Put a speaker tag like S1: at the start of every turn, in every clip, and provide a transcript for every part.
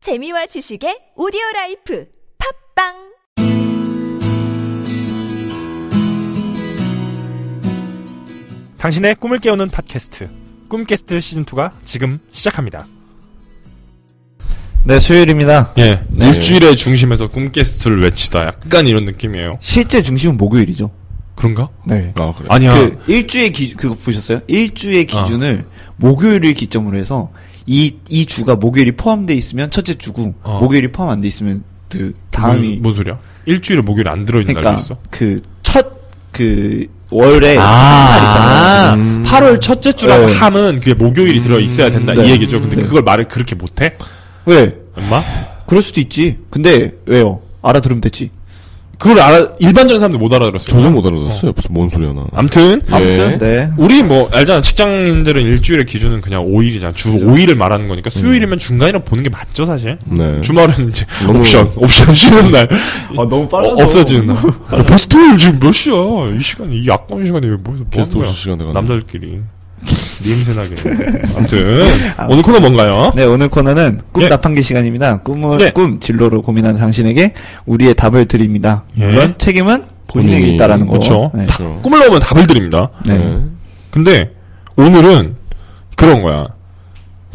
S1: 재미와 지식의 오디오 라이프 팝빵
S2: 당신의 꿈을 깨우는 팟캐스트 꿈캐스트 시즌 2가 지금 시작합니다.
S3: 네, 수요일입니다.
S4: 예, 일주일의 중심에서 꿈캐스트를 외치다. 약간 이런 느낌이에요.
S3: 실제 중심은 목요일이죠.
S4: 그런가?
S3: 네.
S4: 아, 그래. 아니야. 아.
S3: 그 일주의 기 그거 보셨어요? 일주의 기준을 목요일을 기점으로 해서 이 이 주가 목요일이 포함돼 있으면 첫째 주고
S4: 어.
S3: 목요일이 포함 안 돼 있으면 그 다음이
S4: 뭔, 뭔 소리야? 일주일에 목요일 안 들어있는 뭐 날이
S3: 그러니까
S4: 있어?
S3: 그 첫 그 월에
S4: 아.
S3: 첫날 있잖아요.
S4: 8월 첫째 주라고
S3: 네.
S4: 함은 그게 목요일이 들어있어야 된다.
S3: 네.
S4: 이 얘기죠. 근데
S3: 네.
S4: 그걸 말을 그렇게 못해?
S3: 왜?
S4: 엄마?
S3: 그럴 수도 있지. 근데 왜요? 알아들으면 됐지.
S4: 그걸 알아, 일반적인 사람들 못 알아들었어요.
S5: 저도 못 알아들었어요. 무슨 뭔 소리야 나.
S4: 암튼.
S5: 아무튼
S3: 네.
S4: 우리 뭐, 알잖아. 직장인들은 일주일의 기준은 그냥 5일이잖아. 주 5일을 말하는 거니까 수요일이면 중간이랑 보는 게 맞죠, 사실?
S5: 네.
S4: 주말은 이제
S5: 너무-
S4: 옵션, 옵션 쉬는 날.
S3: 아 너무
S4: 어, 없어지는 날. 어, 벌써 토요일 지금 몇 시야? 이 시간이, 이 약관 시간에 왜 벌써 뭐
S5: 게스트
S4: 하는 거야?
S5: 오실 시간 돼가
S4: 남자들끼리. 냄새나게. 아무튼, 오늘 코너 뭔가요?
S3: 네, 오늘 코너는 꿈
S4: 예.
S3: 답판기 시간입니다. 꿈을,
S4: 네.
S3: 꿈, 진로를 고민하는 당신에게 우리의 답을 드립니다.
S4: 예.
S3: 물론 책임은 본인에게
S5: 본인이,
S3: 있다라는 거.
S4: 그쵸.
S3: 네.
S4: 다 꿈을 넣으면 답을 드립니다.
S3: 네.
S5: 그렇죠. 네.
S4: 음. 근데, 오늘은, 그런 거야.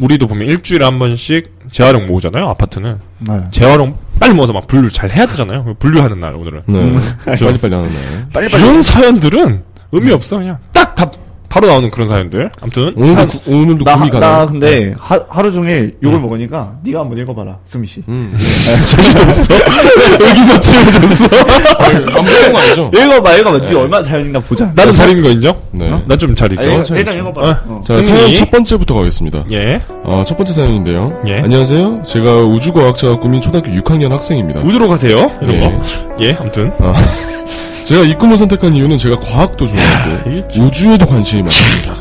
S4: 우리도 보면 일주일에 한 번씩 재활용 모으잖아요, 아파트는.
S3: 네.
S4: 재활용 빨리 모아서 막 분류 잘 해야 되잖아요. 그 분류하는 날, 오늘은.
S5: 네. 빨리 빨리 하는
S4: 아,
S5: 날.
S4: 이런 사연들은 의미 없어, 그냥. 딱 답, 바로 나오는 그런 사연들. 아무튼.
S5: 오늘도
S4: 사연-
S5: 구, 오늘도
S3: 나,
S5: 꿈이 가네.
S3: 나 근데 하, 하루 종일 욕을 먹으니까 네가 한번 읽어봐라, 수미 씨.
S5: 음.
S4: 재미도 없어. 여기서 치워졌어.
S5: 아니, 네. 안 보는 거 아니죠?
S3: 읽어봐, 읽어봐. 네 얼마나 잘 읽나 보자.
S4: 나도 잘 읽은 거 인정?
S5: 네.
S4: 나 좀 잘
S3: 아,
S4: 읽죠.
S3: 읽어,
S5: 저-
S3: 일단
S5: 저-
S3: 읽어봐.
S4: 아.
S3: 어.
S5: 자,
S4: 예. 승민이.
S5: 사연 첫 번째부터 가겠습니다.
S4: 예.
S5: 아, 첫 번째 사연인데요.
S4: 예.
S5: 안녕하세요. 제가 우주과학자가 꿈인 초등학교 6학년 학생입니다.
S4: 우드로 가세요. 이런
S5: 예.
S4: 거. 예, 아무튼.
S5: 제가 이 꿈을 선택한 이유는 제가 과학도 좋아하고
S4: 일주-
S5: 우주에도 관심이 많습니다.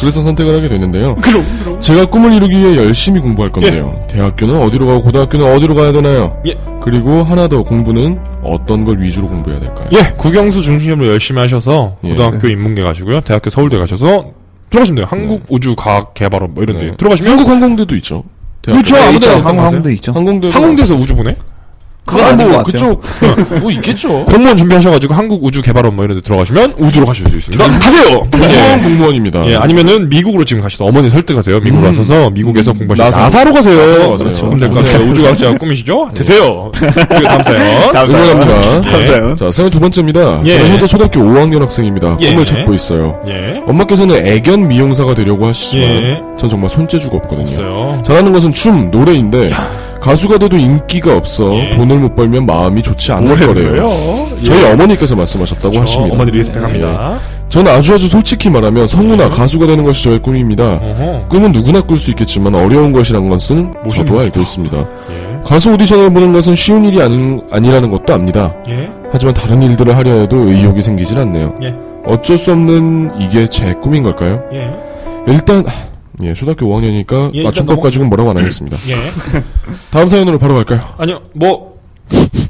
S5: 그래서 선택을 하게 됐는데요.
S4: 그럼, 그럼.
S5: 제가 꿈을 이루기 위해 열심히 공부할 건데요. 대학교는 어디로 가고 고등학교는 어디로 가야 되나요?
S4: 예.
S5: 그리고 하나 더 공부는 어떤 걸 위주로 공부해야 될까요?
S4: 예, 국영수 중심으로 열심히 하셔서
S5: 예.
S4: 고등학교 인문계 가시고요. 대학교 서울대 가셔서 들어가시면 돼요. 한국 우주 과학 개발원 뭐 이런 데
S5: 네.
S4: 들어가시면
S5: 한국 네. 항공대도 있죠. 대학교.
S4: 그렇죠. 아무데나
S3: 한국
S4: 가세요.
S3: 네, 한국도 있죠.
S5: 항공대도
S4: 항공대에서 우주 보내?
S3: 그거 아닌 것 같아요.
S5: 그쪽 뭐 있겠죠.
S4: 공무원 준비하셔가지고 한국 우주 개발원 뭐 이런 데 들어가시면 우주로 가실 수 있습니다. 가세요.
S5: 공무원 공무원입니다.
S4: 예, 아니면은 미국으로 지금 가시다 어머니 설득하세요. 미국 으로 가셔서 미국에서 공부하시다.
S5: 나사.
S4: 나사로 가세요.
S5: 가세요.
S4: 그렇죠. 근데 가세요. 우주과학자가 꿈이시죠? 되세요. 그리고 다음 사연.
S3: 다음 사연.
S5: 응원합니다.
S3: 다음
S4: 네.
S3: 사연.
S5: 자, 사연 두 번째입니다.
S4: 예.
S5: 저는 현재 초등학교 5학년 학생입니다.
S4: 예.
S5: 꿈을 찾고 있어요.
S4: 예.
S5: 엄마께서는 애견 미용사가 되려고 하시지만
S4: 예.
S5: 전 정말 손재주가 없거든요.
S4: 있어요.
S5: 잘하는 것은 춤, 노래인데 가수가 돼도 인기가 없어
S4: 예.
S5: 돈을 못 벌면 마음이 좋지 않을 거래요. 네. 예. 저희 어머니께서 말씀하셨다고 하십니다.
S4: 그렇죠.
S5: 예.
S4: 어머니 리스펙합니다. 예.
S5: 저는 아주 아주 솔직히 말하면 성우나 가수가 되는 것이 저의 꿈입니다.
S4: 어허.
S5: 꿈은 누구나 꿀 수 있겠지만 어려운 것이란 것은 저도
S4: 멋있네요.
S5: 알고 있습니다.
S4: 예.
S5: 가수 오디션을 보는 것은 쉬운 일이 아닌, 아니라는 것도 압니다.
S4: 예.
S5: 하지만 다른 일들을 하려 해도 의욕이 생기질 않네요.
S4: 예.
S5: 어쩔 수 없는 이게 제 꿈인 걸까요?
S4: 예.
S5: 일단 예, 초등학교 5학년이니까
S4: 예, 일단
S5: 맞춤법
S4: 넘어-
S5: 가지고는 뭐라고 안 하겠습니다.
S4: 예.
S5: 다음 사연으로 바로 갈까요?
S4: 아니요. 뭐.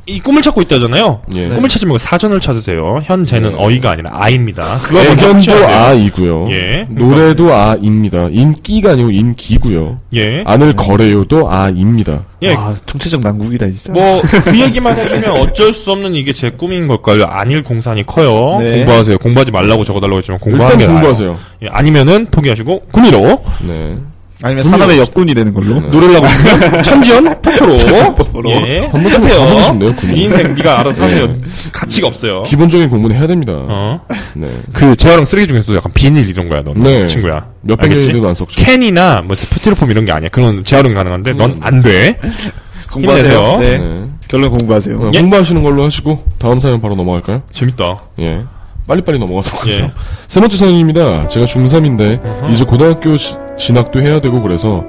S4: 이 꿈을 찾고 있다잖아요.
S5: 예.
S4: 꿈을 찾으면 그 사전을 찾으세요. 현재는
S5: 네.
S4: 어이가 아니라 아입니다. 예. 그렇죠? 그거 먼저
S5: 애견도
S4: 찾아야 돼요.
S5: 아이고요.
S4: 예.
S5: 노래도 아입니다. 인기가 아니고 인기고요.
S4: 예.
S5: 안을 거래요도 아, 아입니다.
S4: 예.
S3: 아, 총체적 난국이다, 진짜.
S4: 뭐 그 얘기만 해주면 어쩔 수 없는 이게 제 꿈인 걸까요? 아닐 공산이 커요.
S3: 네.
S4: 공부하세요. 공부하지 말라고 적어달라고 했지만 공부하는
S5: 일단
S4: 게 나아요.
S5: 공부하세요.
S4: 예, 아니면은 포기하시고 군의로
S5: 네.
S3: 아니면 산업의 역군이 되는 걸로.
S4: 네. 노래라고 천지연 포프로 예.
S5: 한 번쯤
S4: 하세요.
S5: 가보고 싶네요, 군의.
S4: 네 인생 네가 알아서 하세요. 가치가 없어요.
S5: 기본적인 공부는 해야 됩니다.
S4: 어.
S5: 네.
S4: 그 재활용 쓰레기 중에서도 약간 비닐 이런 거야, 넌
S5: 네.
S4: 친구야.
S5: 몇
S4: 알겠지?
S5: 백년이 돼도 안 썩죠.
S4: 캔이나 뭐 스프티로폼 이런 게 아니야. 그런 재활용 가능한데
S5: 음.
S4: 넌 안 돼.
S3: 공부하세요.
S4: 힘내세요.
S3: 네.
S5: 네.
S3: 결론 공부하세요.
S5: 어,
S4: 예.
S5: 공부하시는 걸로 하시고 다음 사연 바로 넘어갈까요?
S4: 재밌다.
S5: 예. 빨리빨리 넘어가도록 하죠.
S4: 예.
S5: 세 번째 사연입니다. 제가 중3인데 이제 고등학교 시- 진학도 해야 되고 그래서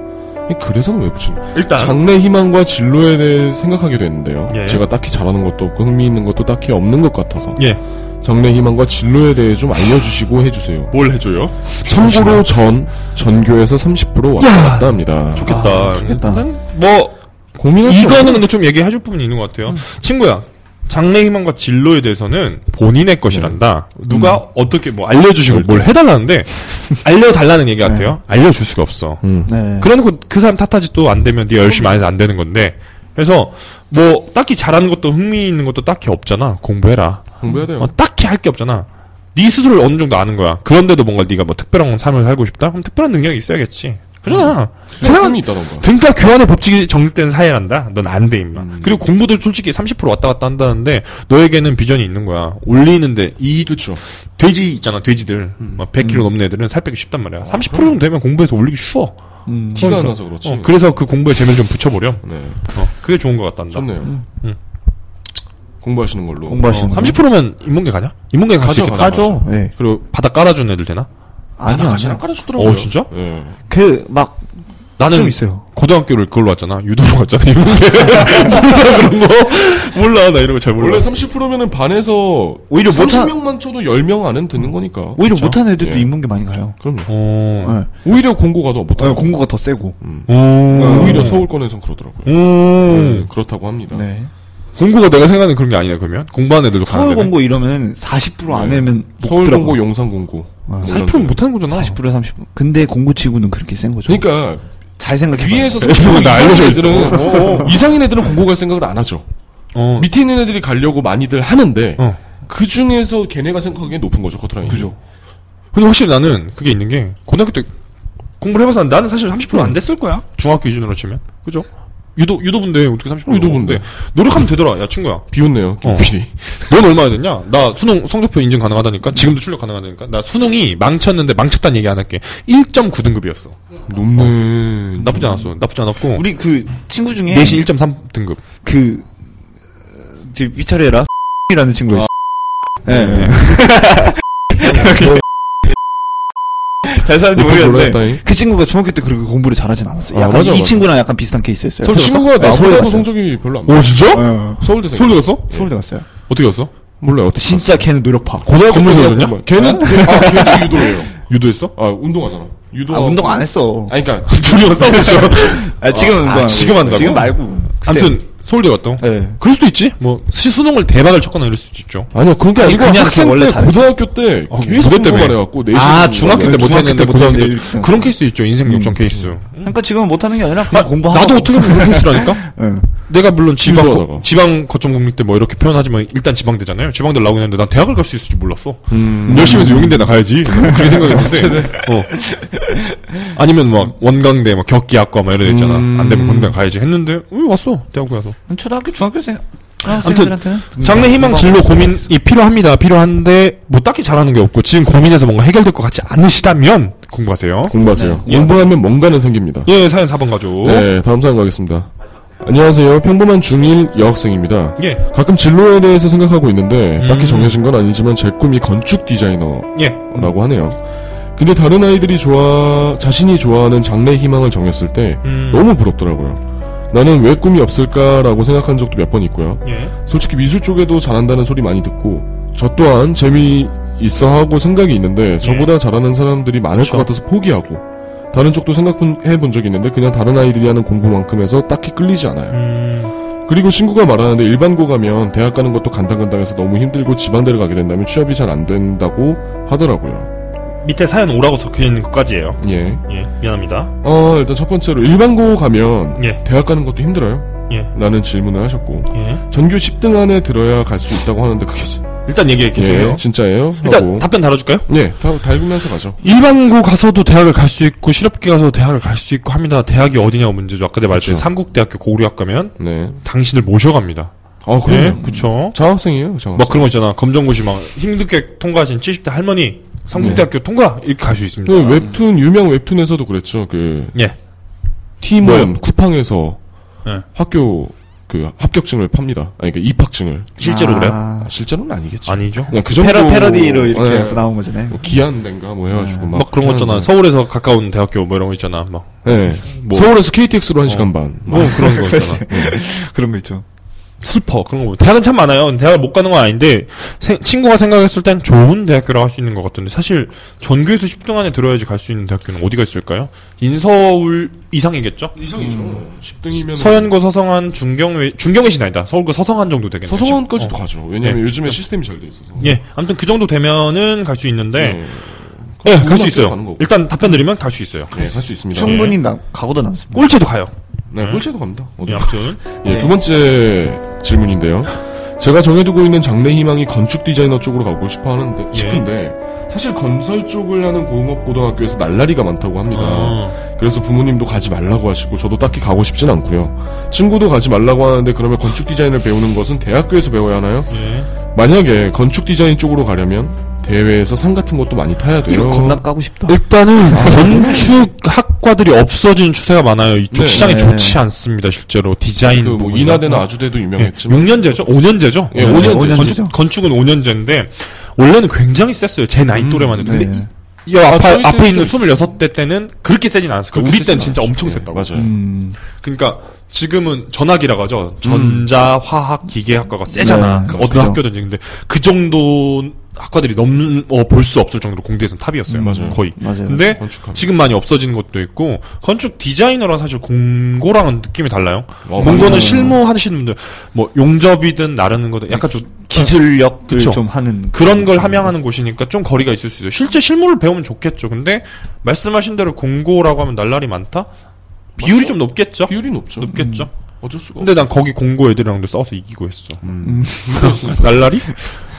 S5: 이 그래서는 왜 붙인 거예요?
S4: 일단
S5: 장래 희망과 진로에 대해 생각하게 됐는데요.
S4: 예.
S5: 제가 딱히 잘하는 것도 없고 흥미 있는 것도 딱히 없는 것 같아서
S4: 예.
S5: 장래 희망과 진로에 대해 좀 알려주시고 해주세요.
S4: 뭘 해줘요?
S5: 참고로 전 전교에서 30% 왔다 갔다 합니다.
S4: 좋겠다.
S3: 좋겠다.
S4: 뭐
S5: 고민할 게 그렇죠.
S4: 이거는 근데 좀 얘기해줄 부분이 있는 것 같아요. 친구야, 장래희망과 진로에 대해서는 본인의 것이란다. 누가 어떻게 뭐 알려주시고 뭘 해달라는데 알려달라는 얘기 같아요. 알려줄 수가 없어.
S5: 음.
S3: 네.
S4: 그래놓고 그 사람 탓하지 또 안 되면 네가 열심히 안 해서 안 되는 건데. 그래서 뭐 딱히 잘하는 것도 흥미 있는 것도 딱히 없잖아. 공부해라.
S5: 공부해야 돼요.
S4: 어, 딱히 할 게 없잖아. 네 스스로를 어느 정도 아는 거야. 그런데도 뭔가 네가 뭐 특별한 삶을 살고 싶다? 그럼 특별한 능력이 있어야겠지. 그러잖아. 세상은
S5: 사람이 있다던가.
S4: 등가 교환의 법칙이 정립된 사회란다? 넌 안 돼, 임마.
S5: 음.
S4: 그리고 공부도 솔직히 30% 왔다 갔다 한다는데, 너에게는 비전이 있는 거야. 올리는데, 이
S5: 그렇죠.
S4: 돼지 있잖아, 돼지들.
S5: 음.
S4: 막 100kg 넘는 애들은 살 빼기 쉽단 말이야. 30% 정도 되면 공부해서 올리기 쉬워.
S3: 음.
S5: 아, 티가 안
S4: 그러니까.
S5: 나서 그렇지.
S4: 어, 그래서 그 공부에 재미를 좀 붙여보렴.
S5: 네.
S4: 어, 그게 좋은 것 같단다.
S5: 좋네요.
S4: 음.
S5: 공부하시는 걸로.
S3: 공부하시는
S4: 어,
S3: 거.
S4: 30%면 인문계 가냐? 인문계 갈 수
S5: 가죠,
S4: 있겠다.
S5: 가죠.
S3: 까죠. 예.
S4: 그리고 바닥 깔아주는 애들 되나?
S3: 아니요,
S5: 같이 안
S3: 아니요.
S5: 깔아주더라고요.
S4: 어, 진짜?
S5: 예.
S3: 그막
S4: 나는
S3: 좀 있어요.
S4: 고등학교를 그걸로 왔잖아. 유도로 왔잖아. 인문계. 몰라, 그런 거? 몰라, 나 이런 거 잘 몰라.
S5: 원래 30%면은 반에서
S3: 오히려 못하-
S5: 30명만 쳐도 10명 안에는 듣는 거니까.
S3: 오히려 못하는 애들도
S5: 예.
S3: 인문계 많이 가요.
S5: 그럼요.
S4: 어.
S3: 예.
S5: 오히려 아, 공고가도 못하
S3: 어, 공고가 더 세고.
S4: 어, 오.
S5: 오히려 서울권에선 그러더라고요.
S4: 오.
S5: 네, 그렇다고 합니다.
S3: 네.
S4: 공고가 내가 생각하는 그런 게 아니냐 그러면 공부하는 애들도
S3: 서울
S4: 가는 데
S3: 공고 이러면 40%안
S5: 네.
S3: 내면 못
S5: 서울
S3: 들어가요.
S5: 공고, 용산 공고. 뭐 이런
S4: 40%
S5: 데.
S4: 못하는 거잖아.
S3: 40% 30%. 근데 공고 치고는 그렇게 센 거죠.
S5: 그러니까
S3: 잘 생각해 봐요.
S5: 위에서
S4: 그래서
S5: 생각하고
S4: 나 알려져
S5: 이상인
S4: 있어.
S5: 애들은 이상인 애들은 공고 갈 생각을 안 하죠.
S4: 어.
S5: 밑에 있는 애들이 가려고 많이들 하는데
S4: 어.
S5: 그 중에서 걔네가 생각하기엔 높은 거죠 커트라인. 그죠.
S4: 근데 확실히 나는 그게 있는 게 고등학교 때 공부를 해봐서 나는 사실 30%안 됐을 거야. 중학교 기준으로 치면 그죠? 유도 유도분데 어떻게 30%?
S5: 유도부인데.
S4: 넘었는데. 노력하면 되더라. 야 친구야.
S5: 비웃네요.
S4: 어.
S5: 김필이.
S4: 넌 얼마나 됐냐? 나 수능 성적표 인증 가능하다니까. 지금도 출력 가능하다니까. 나 수능이 망쳤는데 망쳤다는 얘기 안 할게. 1.9등급이었어.
S5: 높네.
S4: 나쁘지 않았어. 나쁘지 않았고.
S3: 우리 그 친구 중에
S4: 내신 1.3등급.
S3: 그 어, 지금 위철해라 이라는 친구가 있어.
S5: 아.
S3: 예. 네. 잘 사는지
S5: 높은 걸로
S3: 모르겠는데
S5: 했다잉.
S3: 그 친구가 중학교 때 그렇게 공부를 잘하진 않았어요.
S5: 아,
S3: 약간
S5: 맞아,
S3: 이
S5: 맞아.
S3: 친구랑 약간 비슷한 케이스였어요.
S5: 그
S4: 아,
S5: 친구가
S3: 네, 서울대
S5: 나보다도
S3: 갔어요.
S5: 성적이 별로 안
S4: 오
S5: 맞아.
S4: 진짜?
S3: 어,
S5: 서울대
S4: 서울대 갔어?
S3: 서울대 갔어요.
S4: 어떻게 갔어?
S5: 몰라요. 어떻게.
S3: 진짜 걔는 노력파.
S4: 건물에서
S5: 건물에서
S4: 놀냐? 어?
S5: 걔는 아 걔도 유도예요.
S4: 유도했어?
S5: 아 운동하잖아. 유도.
S3: 아, 운동 안 했어.
S5: 아니 그러니까
S4: 둘이서 싸우죠.
S3: 아, 지금 운동 안 하고.
S4: 그렇죠. 지금 한다고?
S3: 지금 말고. 그때.
S4: 아무튼 서울대 갔다. 고
S3: 네.
S4: 그럴 수도 있지. 뭐 시- 수능을 대박을 쳤거나 이럴 수도 있죠.
S5: 아니요 그런 게 아니고
S3: 그냥
S5: 학생
S3: 그 원래
S5: 때
S3: 잘했어.
S5: 네, 고등학교 때
S4: 어,
S5: 아, 계속
S4: 무대
S5: 공부만
S4: 때문에.
S5: 해갖고 내신
S4: 아 중학교 때
S3: 중학교
S4: 못했는데
S3: 때
S4: 고등학교 때
S3: 못했는데
S4: 그런 케이스 있죠. 인생
S5: 음.
S4: 역전 케이스.
S3: 그러니까 지금 못하는 게 아니라
S4: 아,
S3: 그냥 공부하고. 네.
S4: 나도 어떻게 보면 그런 케이스라니까.
S3: 응.
S4: 내가 물론 지방
S5: 유도하다가.
S4: 거, 지방 거점 국립 때뭐 이렇게 표현하지만 일단 지방대잖아요. 지방대 나오긴 했는데 난 대학을 갈 수 있을 줄 몰랐어.
S3: 음.
S4: 열심히 해서 용인대 나가야지. 그렇게 생각했는데. 어. 아니면 막 원광대, 막 격기학과 막 이런 데 있잖아.
S3: 음.
S4: 안 되면 건대 가야지 했는데 왜 왔어 대학교 가서. 음.
S3: 초등학교, 중학교생. 학생들한테는 아.
S4: 장래 희망 진로 고민이 필요합니다. 필요한데 뭐 딱히 잘하는 게 없고 지금 고민해서 뭔가 해결될 것 같지 않으시다면 공부하세요.
S5: 공부하세요. 공부하면 뭔가는 생깁니다.
S4: 예, 사연 4번 가죠.
S5: 네, 다음 사연 가겠습니다. 안녕하세요. 평범한 중1 여학생입니다.
S4: 예.
S5: 가끔 진로에 대해서 생각하고 있는데
S4: 음.
S5: 딱히 정해진 건 아니지만 제 꿈이 건축 디자이너라고
S4: 예.
S5: 하네요. 근데 다른 아이들이 좋아 자신이 좋아하는 장래 희망을 정했을 때
S4: 음.
S5: 너무 부럽더라고요. 나는 왜 꿈이 없을까라고 생각한 적도 몇 번 있고요.
S4: 예.
S5: 솔직히 미술 쪽에도 잘한다는 소리 많이 듣고 저 또한 재미 있어 하고 생각이
S4: 예.
S5: 있는데 저보다 잘하는 사람들이 많을 것 같아서 포기하고 다른 쪽도 생각해 본 적이 있는데 그냥 다른 아이들이 하는 공부만큼 해서 딱히 끌리지 않아요.
S4: 음.
S5: 그리고 친구가 말하는데 일반고 가면 대학 가는 것도 간당간당해서 너무 힘들고 지방대를 가게 된다면 취업이 잘 안 된다고 하더라고요.
S4: 밑에 사연 오라고 적혀 있는 것까지예요.
S5: 예.
S4: 예. 미안합니다.
S5: 어, 일단 첫 번째로 일반고 가면
S4: 예.
S5: 대학 가는 것도 힘들어요?
S4: 예.
S5: 라는 질문을 하셨고
S4: 예.
S5: 전교 10등 안에 들어야 갈 수 있다고 하는데 그게 진-
S4: 일단 얘기해 계세요.
S5: 예, 진짜예요?
S4: 일단
S5: 하고
S4: 답변 달아 줄까요?
S5: 예, 다 달구면서 가죠.
S4: 일반고 가서도 대학을 갈 수 있고 실업계 가서 대학을 갈 수 있고 합니다. 대학이 어디냐고 문제죠. 아까 내가 말했듯이
S5: 그렇죠.
S4: 삼국대학교 고구려학 가면
S5: 네.
S4: 당신을 모셔갑니다.
S5: 아,
S4: 예.
S5: 그래요?
S4: 그쵸
S5: 장학생이에요, 장학생.
S4: 막 그런 거 있잖아. 검정고시 막 힘들게 통과하신 70대 할머니 삼국대학교 통과 이렇게 갈 수 있습니다.
S5: 그 웹툰, 유명 웹툰에서도 그랬죠. 그,
S4: 예.
S5: 팀원
S4: 뭐요?
S5: 쿠팡에서
S3: 네.
S4: 예.
S5: 학교, 그, 합격증을 팝니다. 아니, 그, 입학증을.
S4: 실제로 그래요?
S5: 아, 실제로는 아니겠지.
S4: 아니죠.
S5: 그냥 그 정도.
S3: 패러, 패러디로 이렇게
S5: 예.
S4: 네.
S3: 해서 나온 네. 거잖아요.
S5: 뭐 기한된가 뭐 해가지고 막.
S4: 막 그런 거 있잖아.
S5: 하는데.
S4: 서울에서 가까운 대학교 뭐 이런 거 있잖아. 막.
S5: 예.
S4: 뭐.
S5: 어. 서울에서 KTX로 한시간 반. 네.
S4: 뭐 아, 그런 거 있잖아.
S3: 그런 거 있죠.
S4: 슬퍼 그런 거 보면 대학은 참 많아요. 대학을 못 가는 건 아닌데 세- 친구가 생각했을 땐 좋은 대학교라고 할 수 있는 것 같은데 사실 전교에서 10등 안에 들어야지 갈 수 있는 대학교는 어디가 있을까요? 인서울 이상이겠죠?
S5: 이상이죠. 10등이면
S4: 서현고 서성한 중경외 중경외신 아니다. 서울고 서성한 정도 되겠네요.
S5: 서성원까지도
S4: 어.
S5: 가죠. 왜냐면
S4: 네.
S5: 요즘에 시스템이 잘 돼 있어서.
S4: 예, 아무튼 그 정도 되면은 갈 수 있는데
S5: 네.
S4: 예, 갈 수
S5: 가는
S4: 있어요.
S5: 거고.
S4: 일단 답변 드리면 갈 수 있어요.
S5: 네, 살수 있습니다.
S3: 충분히 나, 각오도 남습니다.
S4: 꼴찌도 가요.
S5: 네,
S4: 네.
S5: 꼴찌도 갑니다.
S4: 예,
S5: 어디-
S4: 아무튼
S5: 예, 두 번째 질문인데요. 제가 정해두고 있는 장래 희망이 건축 디자이너 쪽으로 가고 싶어 하는데, 싶은데, 사실 건설 쪽을 하는 공업 고등학교에서 날라리가 많다고 합니다.
S4: 어,
S5: 그래서 부모님도 가지 말라고 하시고, 저도 딱히 가고 싶진 않고요. 친구도 가지 말라고 하는데, 그러면 건축 디자인을 배우는 것은 대학교에서 배워야 하나요?
S4: 예.
S5: 만약에 건축 디자인 쪽으로 가려면, 대회에서 상 같은 것도 많이 타야
S4: 네.
S5: 돼요. 그
S3: 이거 겁나 까고 싶다.
S4: 일단은
S3: 아, 네.
S4: 건축 학과들이 없어진 추세가 많아요. 이쪽
S5: 네.
S4: 시장이
S3: 네.
S4: 좋지 않습니다. 실제로 디자인
S5: 그 뭐,
S4: 부분이나.
S5: 인하대나 아주대도
S4: 예,
S5: 유명했지만,
S4: 6년제죠? 5년제죠? 네,
S5: 예, 오년제.
S3: 오년제죠.
S4: 건축, 은 5년제인데 원래는 굉장히 셌어요. 제 나이 또래만 해도. 근데
S3: 네.
S4: 이, 이 앞에,
S5: 아, 저희 때는
S4: 앞에 있는
S5: 좀
S4: 26대 때는 그렇게 세진 않았어요. 우리 때는 진짜 엄청
S5: 셌다
S4: 셌다고.
S5: 맞아요.
S3: 음,
S4: 그러니까 지금은 전학이라고 하죠. 전자, 화학, 기계학과가 세잖아.
S3: 네,
S4: 그
S3: 그렇죠.
S4: 어떤 학교든지. 근데 그 정도 학과들이 넘, 어, 볼 수 없을 정도로 공대에서는 탑이었어요.
S5: 음, 맞아요.
S4: 거의.
S3: 맞아요.
S4: 근데
S5: 건축하면.
S4: 지금 많이 없어진 것도 있고 건축 디자이너랑 사실 공고랑은 느낌이 달라요.
S5: 어,
S4: 공고는
S5: 맞아요.
S4: 실무하시는 분들 뭐 용접이든 나르는 거든 약간 좀
S3: 기술력을
S4: 그쵸.
S3: 좀 하는
S4: 그런 걸 함양하는 곳이니까 좀 거리가 있을 수 있어요. 실제 실무를 배우면 좋겠죠. 근데 말씀하신 대로 공고라고 하면 날라리 많다? 비율이 좀 높겠죠? 음.
S5: 비율이 높죠. 음.
S4: 높겠죠?
S5: 어쩔 수가
S4: 근데 난 거기 공고 애들이랑도 싸워서 이기고 했어.
S5: 음.
S4: 날라리?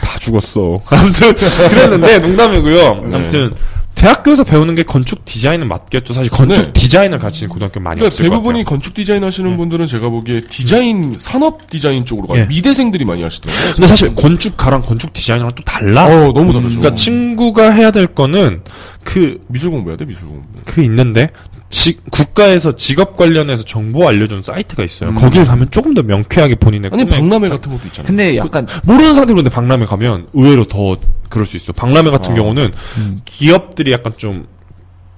S4: 다 죽었어. 아무튼 그랬는데 농담이고요.
S5: 네.
S4: 아무튼 대학교에서 배우는 게 건축 디자인은 맞겠죠. 사실 건축
S5: 네.
S4: 디자인을 가르치는 고등학교 많이
S5: 그러니까
S4: 없을
S5: 대부분이
S4: 것 네.
S5: 건축 디자인 하시는 분들은 제가 보기에 디자인 산업 디자인 쪽으로 가요.
S4: 예.
S5: 미대생들이 많이 하시더라고요.
S4: 같아요. 근데 사실 건축가랑 건축 디자이너랑 또 달라.
S5: 어, 너무 다르죠.
S4: 그러니까 친구가 해야 될 거는 그
S5: 미술 공부해야 돼 미술 공부.
S4: 그 있는데 지- 국가에서 직업 관련해서 정보 알려주는 사이트가 있어요. 거길 가면 조금 더 명쾌하게 본인의
S5: 음. 아니
S4: 꿈에
S5: 박람회 같은 것도 있잖아요.
S3: 근데 약간
S4: 모르는 상태로 근데 박람회 가면 의외로 더 그럴 수 있어. 박람회 같은
S5: 아.
S4: 경우는
S3: 음.
S4: 기업들이 약간 좀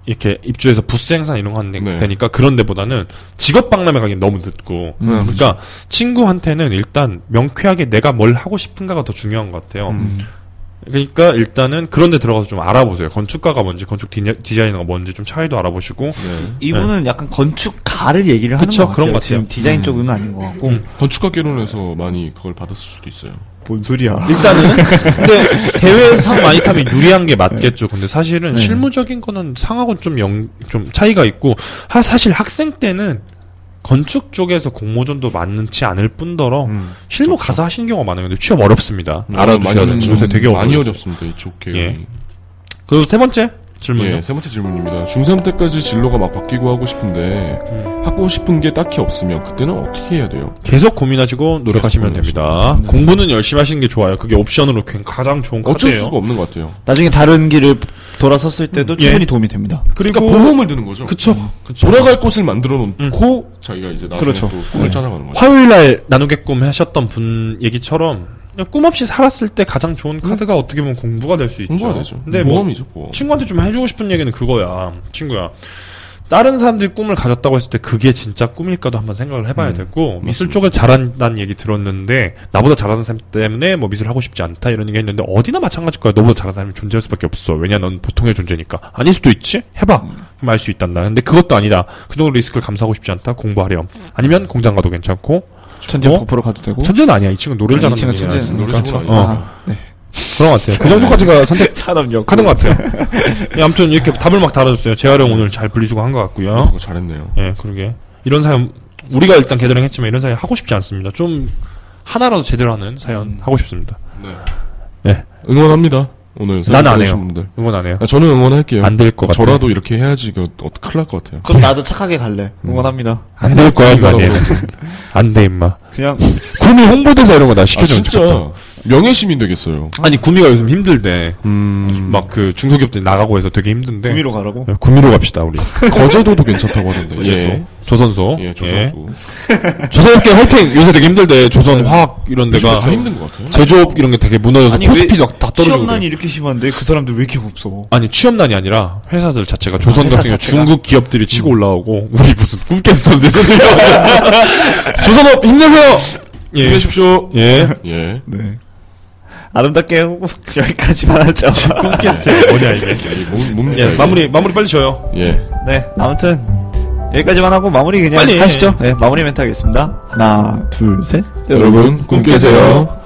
S4: 이렇게 입주해서 부스 행사 이런 거 하는
S5: 네.
S4: 데니까 그런 데보다는 직업 박람회 가긴 너무 늦고.
S5: 네,
S4: 그러니까 친구한테는 일단 명쾌하게 내가 뭘 하고 싶은가가 더 중요한 것 같아요.
S5: 음.
S4: 그러니까 일단은 그런 데 들어가서 좀 알아보세요. 건축가가 뭔지 건축 디자- 디자이너가 뭔지 좀 차이도 알아보시고
S5: 네.
S3: 이분은 약간 건축가를 얘기를 하는
S4: 그쵸,
S3: 것 같아요.
S4: 그런 것 같아요. 음.
S3: 지금 디자인 쪽은 아닌 것 같고
S5: 건축학개론에서 많이 그걸 받았을 수도 있어요.
S4: 음.
S3: 뭔 소리야?
S4: 일단은 근데 대회상 많이 타면 유리한 게 맞겠죠. 근데 사실은
S3: 네.
S4: 실무적인 거는 상하고는 좀 영 좀 차이가 있고 하, 사실 학생 때는 건축 쪽에서 공모전도 많지 않을 뿐더러 실무 가서 하시는 경우가 많아요. 근데 취업 어렵습니다.
S5: 음, 그렇죠. 네, 알아두셔야
S4: 돼요. 요새 되게
S5: 많이
S4: 어려워요.
S5: 어렵습니다. 이쪽 계열이.
S4: 예. 그리고 세 번째 질문이요.
S5: 예, 세 번째 질문입니다. 중3 때까지 진로가 막 바뀌고 하고 싶은데
S4: 음.
S5: 하고 싶은 게 딱히 없으면 그때는 어떻게 해야 돼요?
S4: 계속 고민하시고 노력하시면
S5: 계속
S4: 됩니다. 공부는 열심히 하시는 게 좋아요. 그게 옵션으로 굉- 가장 좋은 음, 카드예요.
S5: 어쩔 수가 없는 것 같아요.
S3: 나중에 다른 길을 돌아섰을 때도
S4: 예.
S3: 충분히 도움이 됩니다.
S4: 그리고 음.
S5: 그러니까 보험을 드는
S4: 어?
S5: 거죠. 음.
S4: 그쵸. 그쵸.
S5: 돌아갈 곳을 만들어 놓고 자기가 이제 나중에
S3: 그렇죠.
S5: 또 꿈을 짜나가는 거죠.
S4: 화요일 날 나누게 꿈 하셨던 분 얘기처럼 그냥 꿈 없이 살았을 때 가장 좋은 카드가 어떻게 보면 공부가 될 수 있죠.
S5: 네. 공부가 되죠.
S4: 근데 뭐
S5: 보험이죠, 보험.
S4: 친구한테 좀 해주고 싶은 얘기는 그거야, 친구야. 다른 사람들이 꿈을 가졌다고 했을 때 그게 진짜 꿈일까도 한번 생각을 해봐야
S3: 음,
S4: 되고 미술 쪽을 잘한다는 얘기 들었는데 나보다 잘하는 사람 때문에 뭐 미술 하고 싶지 않다 이런 얘기 했는데 어디나 마찬가지일 거야 너보다 잘하는 사람이 존재할 수밖에 없어 왜냐 넌 보통의 존재니까 아닐 수도 있지 해봐
S3: 음.
S4: 그럼 알 수 있단다 근데 그것도 아니다 그 정도 리스크를 감수하고 싶지 않다 공부하렴 아니면 공장 가도 괜찮고
S3: 천재
S4: 어?
S3: 폭포로 가도 되고.
S4: 천재는 아니야. 이 친구 노래를
S3: 뭐? 아니, 이
S4: 잘하는
S3: 친구는
S4: 얘기야.
S3: 천재는
S5: 노래 좋은
S4: 어.
S3: 아, 네.
S4: 그런 것 같아요. 그 정도까지가 선택하는
S3: 사람 역.
S4: 것 같아요. 예, 아무튼 이렇게 답을 막 달아줬어요. 재활용 오늘 잘 분리수거 한 것 같고요.
S5: 그거 잘했네요.
S4: 예, 그러게. 이런 사연 우리가 일단 개드링 했지만 이런 사연 하고 싶지 않습니다. 좀 하나라도 제대로 하는 사연 하고 싶습니다.
S5: 응원합니다. 오늘
S4: 난안 해요.
S5: 선택해주신 분들.
S4: 응원 안 해요.
S5: 아, 저는 응원할게요.
S4: 안 될 것 같아요.
S5: 저라도 이렇게 해야지 이거 어떻게 큰일 날 것 같아요.
S3: 그럼 나도 착하게 갈래.
S4: 음.
S3: 응원합니다.
S4: 안 될 거야 이거 아니에요. 안돼 임마.
S3: 그냥
S4: 네. 구미 홍보대사 이런 거 나
S5: 아,
S4: 시켜주면
S5: 진짜
S4: 좋겠다.
S5: 명예시민 되겠어요.
S4: 아니 구미가 요즘 힘들대. 막 그 중소기업들 나가고 해서 되게 힘든데.
S3: 구미로 가라고.
S4: 예, 구미로 갑시다 우리.
S5: 거제도도 괜찮다고 하던데.
S4: 예.
S5: 예.
S4: 조선소. 예.
S5: 예, 조선수.
S4: 조선업계 화이팅! 요새 되게 힘들대. 조선 화학 이런
S5: 요즘
S4: 데가.
S5: 다 힘든 것 같아요.
S4: 제조업 이런 게 되게 무너져서
S3: 아니,
S4: 코스피도
S3: 왜
S4: 다 떨어지고.
S3: 취업난이
S4: 그래.
S3: 이렇게 심한데 그 사람들 왜 이렇게 없어?
S4: 아니, 취업난이 아니라 회사들 자체가 조선
S3: 회사
S4: 같은 경우
S3: 자체가.
S4: 중국 기업들이 치고 올라오고 우리 무슨 꿈 깼어. 조선업 힘내세요! 예.
S5: 힘내십시오.
S4: 예.
S5: 예.
S3: 네. 아름답게 하고 여기까지만 하죠.
S2: 꿈캐스트 뭐냐 이게.
S5: 몸, 뭡니까?
S4: 예.
S5: 이게?
S4: 마무리 마무리 빨리 줘요.
S5: 예.
S3: 네, 아무튼 여기까지만 하고 마무리 그냥
S4: 빨리.
S3: 하시죠. 네, 마무리 멘트 하겠습니다. 하나, 둘, 셋.
S5: 여러분, 꿈 깨세요.